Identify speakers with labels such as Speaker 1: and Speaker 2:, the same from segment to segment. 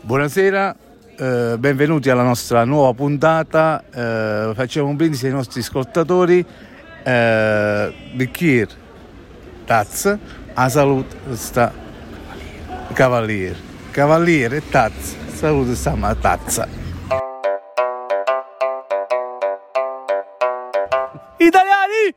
Speaker 1: Buonasera, eh, benvenuti alla nostra nuova puntata. Eh, facciamo un brindisi ai nostri ascoltatori. Eh, bicchier Taz, a salute sta Cavalier. Cavalier e Taz, salute sta ma Tazza.
Speaker 2: Italiani!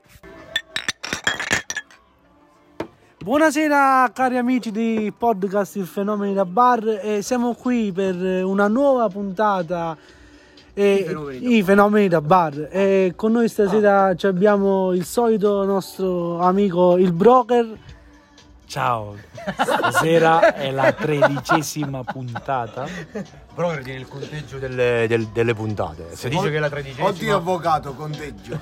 Speaker 2: Buonasera cari amici di podcast Il Fenomeno da Bar, eh, siamo qui per eh, una nuova puntata eh,
Speaker 3: I fenomeni da
Speaker 2: I Fenomeni da Bar. Eh, con noi stasera
Speaker 4: Ah.
Speaker 2: ci abbiamo il solito nostro amico il broker.
Speaker 4: Ciao, stasera è la tredicesima puntata.
Speaker 3: Però tiene il conteggio delle, del- delle puntate. Se dice che è la tredicesima.
Speaker 5: Oddio avvocato, conteggio.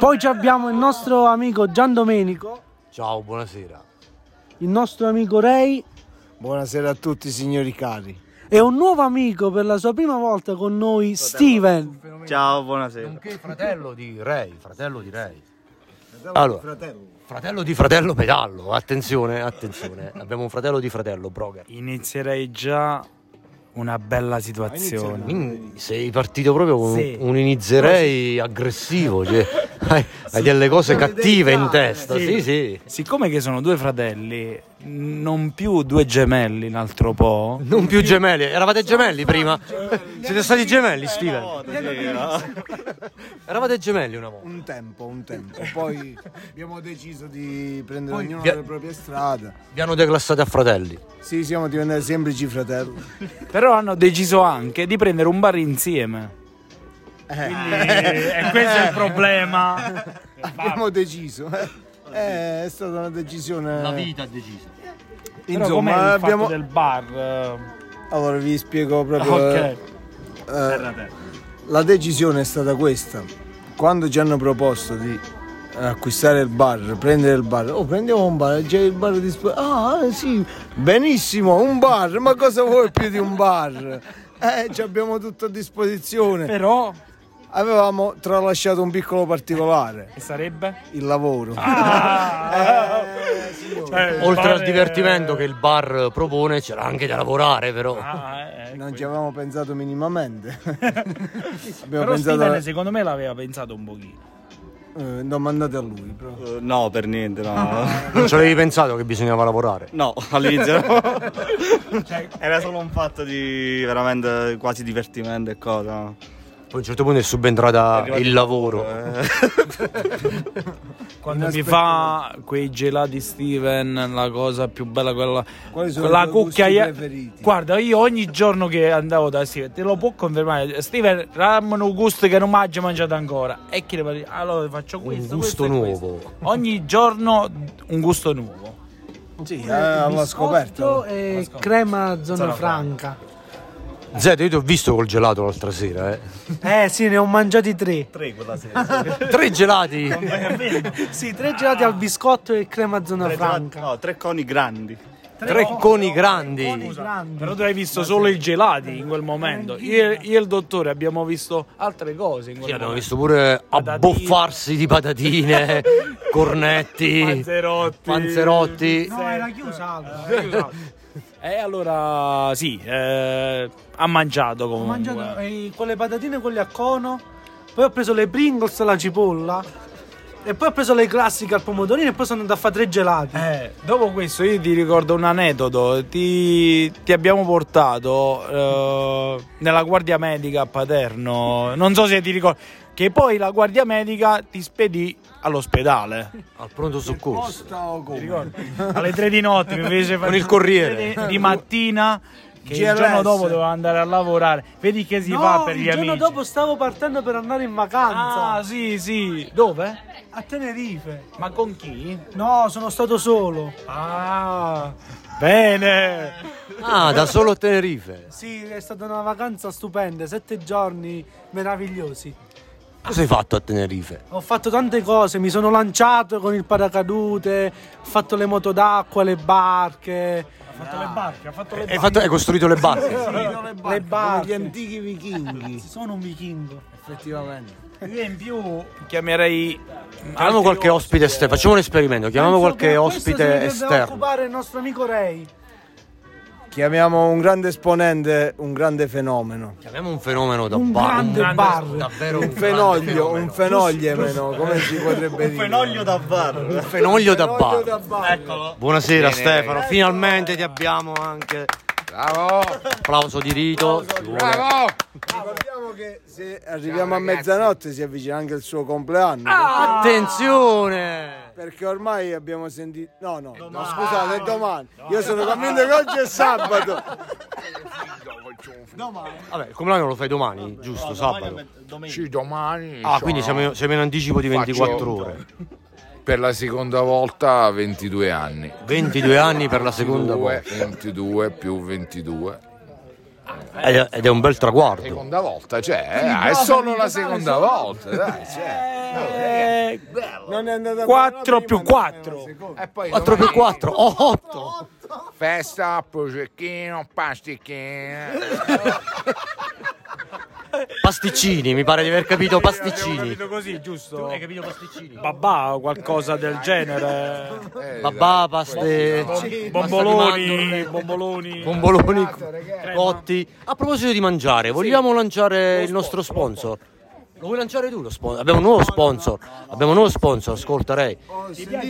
Speaker 2: Poi ci abbiamo il nostro amico Gian Domenico,
Speaker 3: Ciao, buonasera.
Speaker 2: il nostro amico Ray
Speaker 5: Buonasera a tutti signori cari.
Speaker 2: e un nuovo amico per la sua prima volta con noi Steven.
Speaker 6: Ciao, buonasera.
Speaker 3: Nonché fratello di Ray, fratello di Ray. Allora.
Speaker 5: Fratello.
Speaker 3: Fratello di fratello pedallo, attenzione, attenzione. Abbiamo un fratello di fratello, broker.
Speaker 4: Inizierei già una bella
Speaker 5: Ah,
Speaker 4: situazione.
Speaker 5: inizia
Speaker 3: Mm, Sei partito proprio con
Speaker 4: Sì.
Speaker 3: un inizierei aggressivo, cioè, hai, hai delle cose cattive in testa. Sì, sì.
Speaker 4: Siccome che sono due fratelli, non più due gemelli un altro po',
Speaker 3: Non più gemelli, eravate gemelli prima? Siete stati gemelli, Steven? Eravate gemelli una volta.
Speaker 5: Un tempo, un tempo. Poi abbiamo deciso di prendere ognuno
Speaker 3: via-
Speaker 5: le proprie strade.
Speaker 3: Vi hanno declassati a fratelli.
Speaker 5: Sì, siamo diventati semplici fratelli.
Speaker 4: però hanno deciso anche di prendere un bar insieme. e questo è il problema.
Speaker 5: Abbiamo deciso. eh. Eh, è stata una decisione.
Speaker 3: ha deciso.
Speaker 5: Insomma, abbiamo.
Speaker 4: del bar?
Speaker 5: Allora vi spiego proprio.
Speaker 4: Ok.
Speaker 5: eh, La decisione è stata questa. Quando ci hanno proposto di acquistare il bar, prendere il bar, oh prendiamo un bar, c'è il bar di Sp- Ah sì, benissimo, un bar, ma cosa vuoi più di un bar? Eh, ci abbiamo tutto a disposizione.
Speaker 4: Però
Speaker 5: Avevamo tralasciato un piccolo particolare,
Speaker 4: sarebbe
Speaker 5: il lavoro. Eh, signore,
Speaker 3: Oltre al divertimento che il bar propone, c'era anche da lavorare, però.
Speaker 5: non ci avevamo pensato minimamente. abbiamo
Speaker 4: Però
Speaker 5: pensato...
Speaker 4: Steven secondo me l'aveva pensato un pochino.
Speaker 5: eh, non mandate a lui, però.
Speaker 6: Eh, No, per niente, no.
Speaker 3: Non ci avevi pensato che bisognava lavorare.
Speaker 6: No, all'inizio no. Era solo un fatto di veramente quasi divertimento e cosa. no?
Speaker 3: Poi a un certo punto è subentrata
Speaker 6: arrivato
Speaker 3: il lavoro.
Speaker 6: Eh,
Speaker 4: Quando mi fa quei gelati Steven, la cosa più bella quella
Speaker 5: Quali sono
Speaker 4: quella
Speaker 5: i tuoi gusti
Speaker 4: cucchiaia-
Speaker 5: preferiti?
Speaker 4: Guarda, io ogni giorno che andavo da Steven, te lo può confermare. Steven, ramen un gusto che non mi ha già mangiato ancora. E chi le parli? Allora faccio questo,
Speaker 3: gusto
Speaker 4: questo e questo.
Speaker 3: nuovo.
Speaker 4: Ogni giorno un gusto nuovo.
Speaker 5: Sì, eh, alla scoperta.
Speaker 2: Biscotto e crema zona, franca.
Speaker 3: Zed, io ti ho visto col gelato l'altra sera, eh.
Speaker 2: Eh sì, ne ho mangiati tre.
Speaker 6: tre quella sera.
Speaker 3: Tre gelati!
Speaker 2: Sì, tre gelati al biscotto e crema zona franca.
Speaker 6: No, tre coni grandi.
Speaker 3: Tre coni grandi!
Speaker 2: Grande.
Speaker 4: Però tu hai visto solo i gelati in quel momento. Io, io e il dottore abbiamo visto altre cose in quel
Speaker 3: Sì, abbiamo
Speaker 4: momento.
Speaker 3: visto pure abboffarsi di patatine, cornetti,
Speaker 4: Panzerotti.
Speaker 3: panzerotti.
Speaker 2: No, era chiusa. Alba.
Speaker 5: Eh,
Speaker 4: E Eh, allora sì, eh, ha mangiato
Speaker 2: Ho
Speaker 4: comunque.
Speaker 2: mangiato eh, con le patatine quelle a cono, poi ho preso le Pringles alla cipolla e poi ho preso le classiche al pomodorino e poi sono andato a fare tre gelati.
Speaker 4: Eh, dopo questo io ti ricordo un aneddoto, ti, ti abbiamo portato eh, nella guardia medica a Paterno, non so se ti ricordi, che poi la guardia medica ti spedì all'ospedale,
Speaker 3: Al pronto soccorso.
Speaker 5: Posta o come?
Speaker 4: alle tre di notte, mi fece fare
Speaker 3: Con il corriere.
Speaker 4: di mattina, che il
Speaker 5: GRS.
Speaker 4: giorno dopo doveva andare a lavorare, vedi che si
Speaker 2: No,
Speaker 4: fa per
Speaker 2: il
Speaker 4: gli
Speaker 2: giorno
Speaker 4: amici.
Speaker 2: dopo stavo partendo per andare in vacanza
Speaker 4: Ah sì sì, dove?
Speaker 2: a Tenerife.
Speaker 4: Ma con chi?
Speaker 2: No, sono stato solo.
Speaker 4: Ah, bene.
Speaker 3: Ah, da solo a Tenerife.
Speaker 2: Sì, è stata una vacanza stupenda, sette giorni meravigliosi.
Speaker 3: Cosa hai fatto a Tenerife?
Speaker 2: Ho fatto tante cose, mi sono lanciato con il paracadute, ho fatto le moto d'acqua, le barche.
Speaker 4: Ha fatto le barche, ha fatto le
Speaker 3: Hai, fatto- hai costruito le barche?
Speaker 2: Le barche,
Speaker 5: Gli antichi vichinghi,
Speaker 2: Sono un vichingo.
Speaker 5: effettivamente.
Speaker 4: Io in più chiamerei
Speaker 3: Chiamiamo qualche ospite esterno, facciamo un esperimento, chiamiamo
Speaker 2: Penso
Speaker 3: qualche
Speaker 2: che questo se ne
Speaker 3: ospite
Speaker 2: deve
Speaker 3: esterno.
Speaker 2: occupare il nostro amico Ray.
Speaker 5: Chiamiamo un grande esponente, un grande fenomeno.
Speaker 3: Chiamiamo un fenomeno da
Speaker 2: Un
Speaker 3: bar.
Speaker 2: grande
Speaker 3: un
Speaker 2: bar.
Speaker 3: Davvero
Speaker 5: Un
Speaker 3: un grande
Speaker 5: fenoglio,
Speaker 3: fenomeno.
Speaker 5: un fenoglio meno, come si potrebbe
Speaker 6: Un
Speaker 5: dire?
Speaker 6: fenoglio da bar.
Speaker 3: fenoglio da bar.
Speaker 6: Eccolo.
Speaker 3: Buonasera
Speaker 6: Bene,
Speaker 3: Stefano,
Speaker 6: bene.
Speaker 3: finalmente ti abbiamo anche. Applauso di rito. ci vuole.
Speaker 5: Ricordiamo che se arriviamo a mezzanotte si avvicina anche il suo compleanno.
Speaker 3: Ah! Attenzione!
Speaker 5: Perché ormai abbiamo sentito. No, no, no, scusate, è domani. Io sono convinto che oggi è sabato.
Speaker 3: Vabbè, il compleanno lo fai domani, giusto? sabato.
Speaker 6: Domenica.
Speaker 7: Sì, domani.
Speaker 3: Ah,
Speaker 7: cioè,
Speaker 3: quindi siamo in, siamo in anticipo di 24
Speaker 7: Faccio-
Speaker 3: ore.
Speaker 7: Per la seconda volta 22 anni.
Speaker 3: 22 anni per la seconda volta.
Speaker 7: 2, 22 più 22.
Speaker 3: Ed è- ed è un bel traguardo.
Speaker 7: Seconda volta, cioè, eh, è solo la seconda volta, dai, cioè.
Speaker 5: Non è andata
Speaker 4: 4 più 4.
Speaker 7: E poi
Speaker 3: 4 più
Speaker 7: domani
Speaker 3: 4, 8.
Speaker 7: Festa, prosecchino, pasticchino.
Speaker 3: Pasticcini, mi pare di aver capito pasticcini.
Speaker 4: così, giusto?
Speaker 3: capito pasticcini?
Speaker 4: Babà o qualcosa del genere.
Speaker 7: Eh,
Speaker 3: Babà, paste,
Speaker 4: Bomboloni, bomboloni.
Speaker 3: bomboloni eh. cotti. A proposito di mangiare, vogliamo lanciare il nostro sponsor? Lo vuoi lanciare tu lo sponsor? Abbiamo un nuovo sponsor. Abbiamo un nuovo sponsor, ascolta Ray.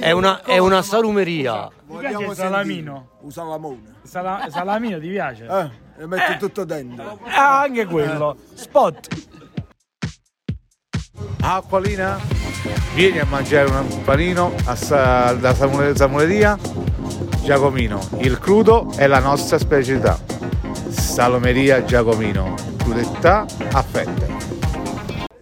Speaker 3: È una, è una salumeria.
Speaker 5: Vogliamo
Speaker 8: piace il salamino?
Speaker 5: sentire. Un salamone.
Speaker 8: Sala- salamino ti piace?
Speaker 5: Eh, le metto tutto dentro.
Speaker 4: Ah, anche quello. Spot.
Speaker 1: Acqualina, Ah, vieni a mangiare un panino a Sa- da Samule- Samuleria Giacomino. Il crudo è la nostra specialità. Salomeria Giacomino, crudetà a fette.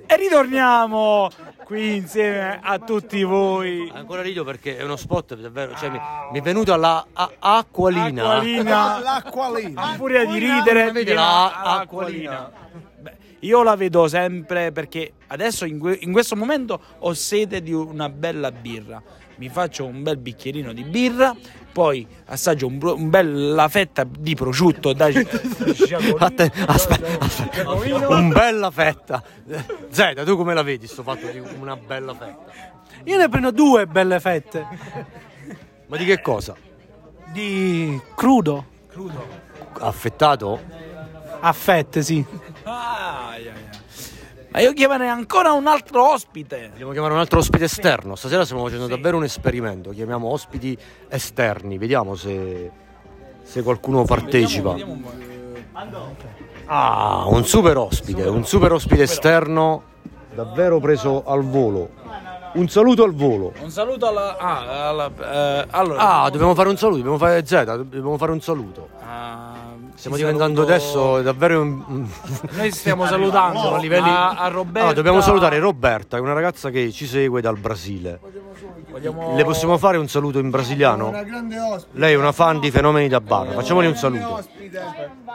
Speaker 4: E ritorniamo qui insieme a tutti voi.
Speaker 3: Ancora rido perché è uno spot davvero. Cioè, mi, mi è venuto alla a- acqualina.
Speaker 4: Acqualina.
Speaker 5: L'acqualina.
Speaker 4: A furia di ridere.
Speaker 3: Vedi la
Speaker 4: la
Speaker 3: a- acqualina.
Speaker 4: Io la vedo sempre perché adesso in, que- in questo momento ho sete di una bella birra. Mi faccio un bel bicchierino di birra, poi assaggio un, bro- un bella fetta di prosciutto da
Speaker 3: Atte- aspetta, aspetta. un bella fetta. Zeta, tu come la vedi sto fatto di una bella fetta?
Speaker 2: Io ne prendo due belle fette
Speaker 3: Ma di che cosa?
Speaker 2: di crudo.
Speaker 3: Affettato?
Speaker 2: A fette, sì.
Speaker 4: Ma io chiamerei ancora un altro ospite.
Speaker 3: Dobbiamo chiamare un altro ospite esterno. Stasera stiamo facendo davvero un esperimento. Chiamiamo ospiti esterni, vediamo se, se qualcuno partecipa. Ah, un super ospite, un super ospite esterno davvero preso al volo. Un saluto al volo.
Speaker 4: Un saluto alla. Ah, alla- eh, allora.
Speaker 3: Ah, dobbiamo fare un saluto, dobbiamo fare Zeta, dobbiamo fare un saluto.
Speaker 4: Ah,
Speaker 3: Stiamo
Speaker 4: ti
Speaker 3: diventando
Speaker 4: saluto-
Speaker 3: adesso davvero un- un-
Speaker 4: Noi stiamo salutando
Speaker 3: a livelli
Speaker 4: a, a Roberta.
Speaker 3: Allora, dobbiamo salutare Roberta, che è una ragazza che ci segue dal Brasile. Le possiamo fare un saluto in
Speaker 5: Una
Speaker 3: brasiliano?
Speaker 5: grande ospite.
Speaker 3: Lei è una fan di fenomeni da bar. Facciamoli un saluto.
Speaker 5: ospite.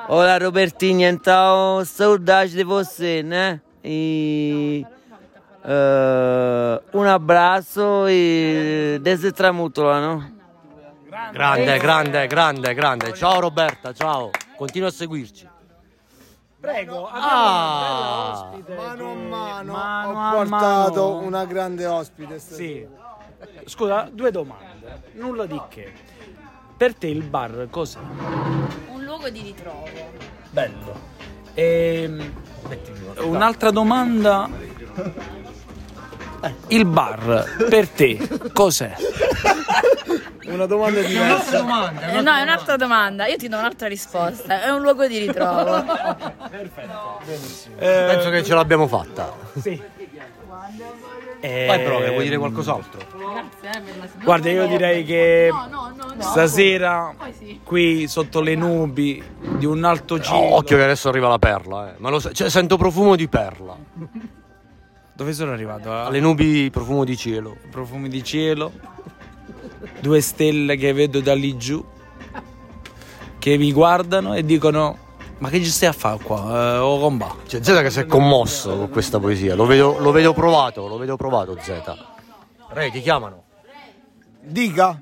Speaker 9: Olá, Robertinha, então, saudades de você, né? E. eh, um abraço e. Desde Tramútula, não?
Speaker 3: Grande, grande, grande, grande. Ciao Roberta, ciao. Continua a seguirci.
Speaker 4: Prego.
Speaker 3: Ah,
Speaker 5: Mano a mano,
Speaker 4: Mano
Speaker 5: ho
Speaker 4: a
Speaker 5: portato
Speaker 4: mano.
Speaker 5: una grande ospite. stasera.
Speaker 4: Sì. Scusa, due domande. Nulla di che. Per te il bar cos'è?
Speaker 10: un luogo di ritrovo.
Speaker 4: Bello. Ehm, un'altra domanda. Il bar per te cos'è?
Speaker 5: Una domanda diversa.
Speaker 10: Eh, no, è un'altra domanda. Io ti do un'altra risposta. È un luogo di ritrovo.
Speaker 3: penso che ce l'abbiamo fatta. Eh,
Speaker 4: Sì.
Speaker 3: Vai però, che vuoi dire qualcos'altro?
Speaker 10: Grazie, eh, per la seduta.
Speaker 4: Guarda, io direi che
Speaker 10: No, no, no, no.
Speaker 4: stasera
Speaker 10: Poi sì.
Speaker 4: qui sotto le nubi di un alto
Speaker 3: No,
Speaker 4: cielo.
Speaker 3: occhio che adesso arriva la perla, eh. Ma lo sa- cioè, sento profumo di perla.
Speaker 4: Dove sono arrivato?
Speaker 3: Alle nubi profumo di cielo.
Speaker 4: profumi di cielo, due stelle che vedo da lì giù, che mi guardano e dicono: Ma che ci stai a fare qua? Eh, o comba?
Speaker 3: Cioè, Zeta che si è commosso con questa poesia, lo vedo, lo vedo provato, lo vedo provato Zeta. Re, ti chiamano.
Speaker 5: Dica.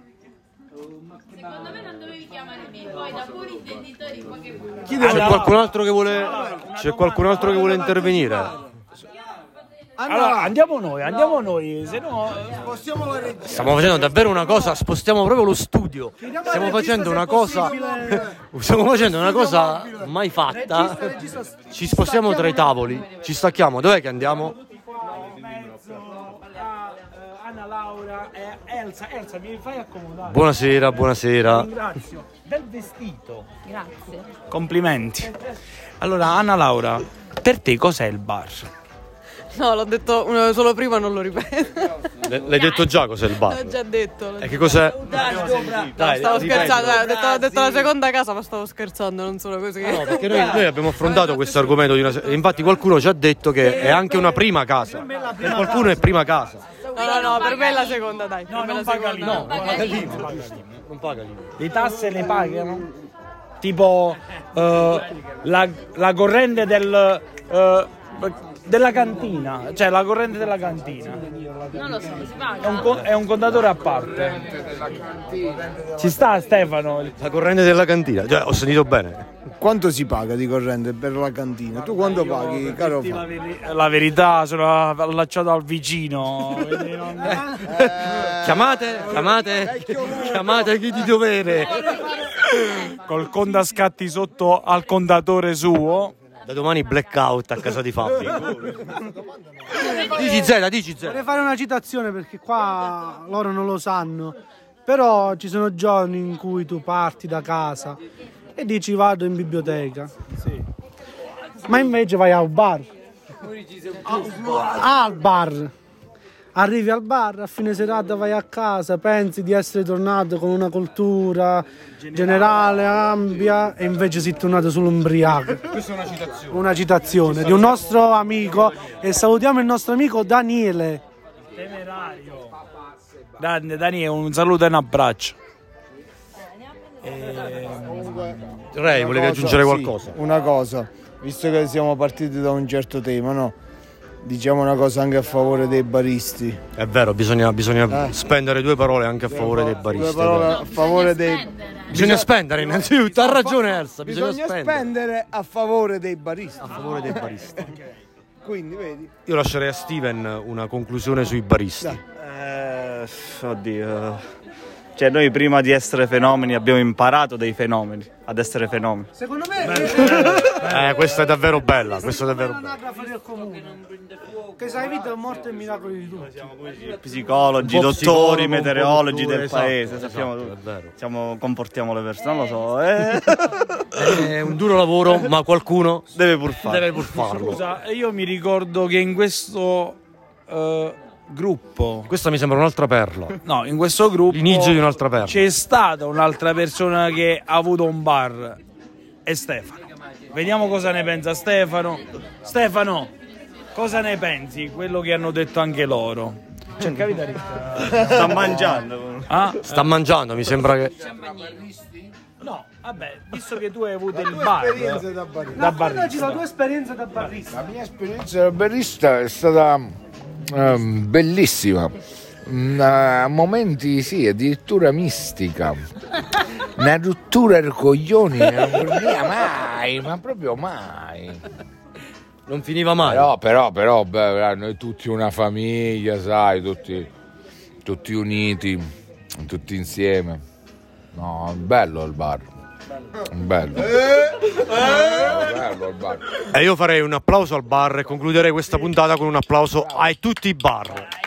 Speaker 10: Secondo me non dovevi chiamare me, poi da puri intenditori in Pokémon.
Speaker 3: C'è qualcun altro che vuole, c'è qualcun altro che vuole intervenire?
Speaker 8: Allora, andiamo noi, andiamo noi, se no...
Speaker 5: Spostiamo la regia.
Speaker 3: Stiamo facendo davvero una cosa, spostiamo proprio lo studio. Stiamo facendo una cosa. Stiamo facendo una cosa mai fatta. Ci spostiamo tra i tavoli, ci stacchiamo. Dov'è che andiamo?
Speaker 8: eh, Anna Laura e Elsa, Elsa mi fai accomodare.
Speaker 3: Buonasera, buonasera.
Speaker 8: Ringrazio. Bel vestito.
Speaker 10: Grazie.
Speaker 4: Complimenti. Allora, Anna Laura, per te cos'è il bar?
Speaker 11: No, l'ho detto eh, solo prima, non lo ripeto.
Speaker 3: L'hai detto già cos'è il bar?
Speaker 11: L'ho già detto. l'ho
Speaker 4: Ecco.
Speaker 3: E che
Speaker 11: detto.
Speaker 3: cos'è?
Speaker 11: No,
Speaker 3: Dai,
Speaker 11: stavo
Speaker 3: ripeto.
Speaker 11: scherzando, eh, ho detto, ho detto la seconda casa, ma stavo scherzando, non solo così. No,
Speaker 3: Perché noi, noi abbiamo affrontato questo argomento di una se- infatti qualcuno ci ha detto che è anche una prima casa. Per qualcuno è prima casa.
Speaker 11: No, no, per me è la seconda, dai. No, non paga l'IVA. No,
Speaker 3: Non paga l'IVA.
Speaker 8: Le tasse le pagano? Tipo eh, la, la corrente del, eh, della cantina, cioè la corrente della cantina.
Speaker 10: Non lo so, si
Speaker 8: È
Speaker 10: paga.
Speaker 8: un, co- è un contatore a parte. Ci sta Stefano?
Speaker 3: La corrente della cantina, cioè ho sentito bene.
Speaker 5: Quanto si paga di corrente per la cantina? Tu quanto paghi, caro? Fa?
Speaker 4: La verità, sono allacciato al vicino. quindi non-
Speaker 3: Chiamate, chiamate, chiamate chi di dovere.
Speaker 4: Col conto a scatti sotto al contatore suo.
Speaker 3: Da domani blackout a casa di Fabio. Dici Zeta, dici
Speaker 8: Cioè,
Speaker 3: Zeta.
Speaker 2: Vorrei fare una citazione perché qua loro non lo sanno. Però ci sono giorni in cui tu parti da casa e dici vado in biblioteca. Ma invece vai al bar. Al bar. Arrivi al bar, a fine serata vai a casa, pensi di essere tornato con una cultura generale, ampia, e invece sei tornato solo umbriaco.
Speaker 8: Questa è una citazione.
Speaker 2: Una citazione di un nostro amico e salutiamo il nostro amico Daniele.
Speaker 8: Temerario.
Speaker 4: Dan- Dani, un saluto e un abbraccio.
Speaker 3: Rei,
Speaker 5: Una
Speaker 3: volevi
Speaker 5: cosa,
Speaker 3: aggiungere
Speaker 5: sì,
Speaker 3: qualcosa?
Speaker 5: una cosa, visto che siamo partiti da un certo tema, no? Diciamo una cosa anche a favore dei baristi.
Speaker 3: È vero, bisogna, bisogna
Speaker 5: Eh.
Speaker 3: spendere due parole anche a favore dei
Speaker 5: Due
Speaker 3: baristi.
Speaker 5: parole a favore dei.
Speaker 3: Bisogna spendere innanzitutto, ha ragione Elsa, bisogna,
Speaker 5: Bisogna
Speaker 3: spendere.
Speaker 5: spendere a favore dei baristi. A
Speaker 3: favore dei baristi.
Speaker 5: Quindi vedi.
Speaker 3: Io lascerei a Steven una conclusione sui baristi.
Speaker 6: Eh, oddio. Cioè, noi prima di essere fenomeni abbiamo imparato dei fenomeni ad essere fenomeni.
Speaker 2: Secondo me
Speaker 3: Eh, questa è davvero bella, questa è davvero bella.
Speaker 2: l'anagrafa del comune che sa vita morte e miracoli di tutti.
Speaker 6: Psicologi,
Speaker 3: Un po' psicologo,
Speaker 6: dottori,
Speaker 3: un po'
Speaker 6: meteorologi
Speaker 3: dottore,
Speaker 6: del
Speaker 3: esatto,
Speaker 6: paese, sappiamo
Speaker 3: esatto,
Speaker 6: tutto. Siamo- comportiamo le persone, non lo so. eh.
Speaker 3: È un duro lavoro, ma qualcuno
Speaker 6: deve pur farlo.
Speaker 3: Deve pur farlo.
Speaker 4: Scusa, io mi ricordo che in questo eh, gruppo,
Speaker 3: Questa mi sembra un'altra perla.
Speaker 4: no, in questo gruppo
Speaker 3: L'inizio di un'altra perla.
Speaker 4: c'è stata un'altra persona che ha avuto un bar, è Stefano. Vediamo cosa ne pensa Stefano. Stefano, cosa ne pensi? Quello che hanno detto anche loro. Cercavi di
Speaker 6: Sta mangiando.
Speaker 4: Ah,
Speaker 3: Sta mangiando, mi sembra che.
Speaker 4: no, vabbè, visto che tu hai avuto il bar
Speaker 5: da barista.
Speaker 4: da
Speaker 2: Raccontaci la
Speaker 4: barista.
Speaker 2: tua esperienza da barista.
Speaker 7: La mia esperienza da barista è stata ehm, bellissima. Mm, A momenti sì, addirittura mistica. Una rottura del coglioni non veniva mai, ma proprio mai.
Speaker 3: Non finiva mai.
Speaker 7: Però, però, però, beh, noi tutti una famiglia, sai, tutti, tutti uniti, tutti insieme. No, bello il bar. Bello. Bello il bar.
Speaker 3: E io farei un applauso al bar e concluderei questa puntata con un applauso a tutti i bar.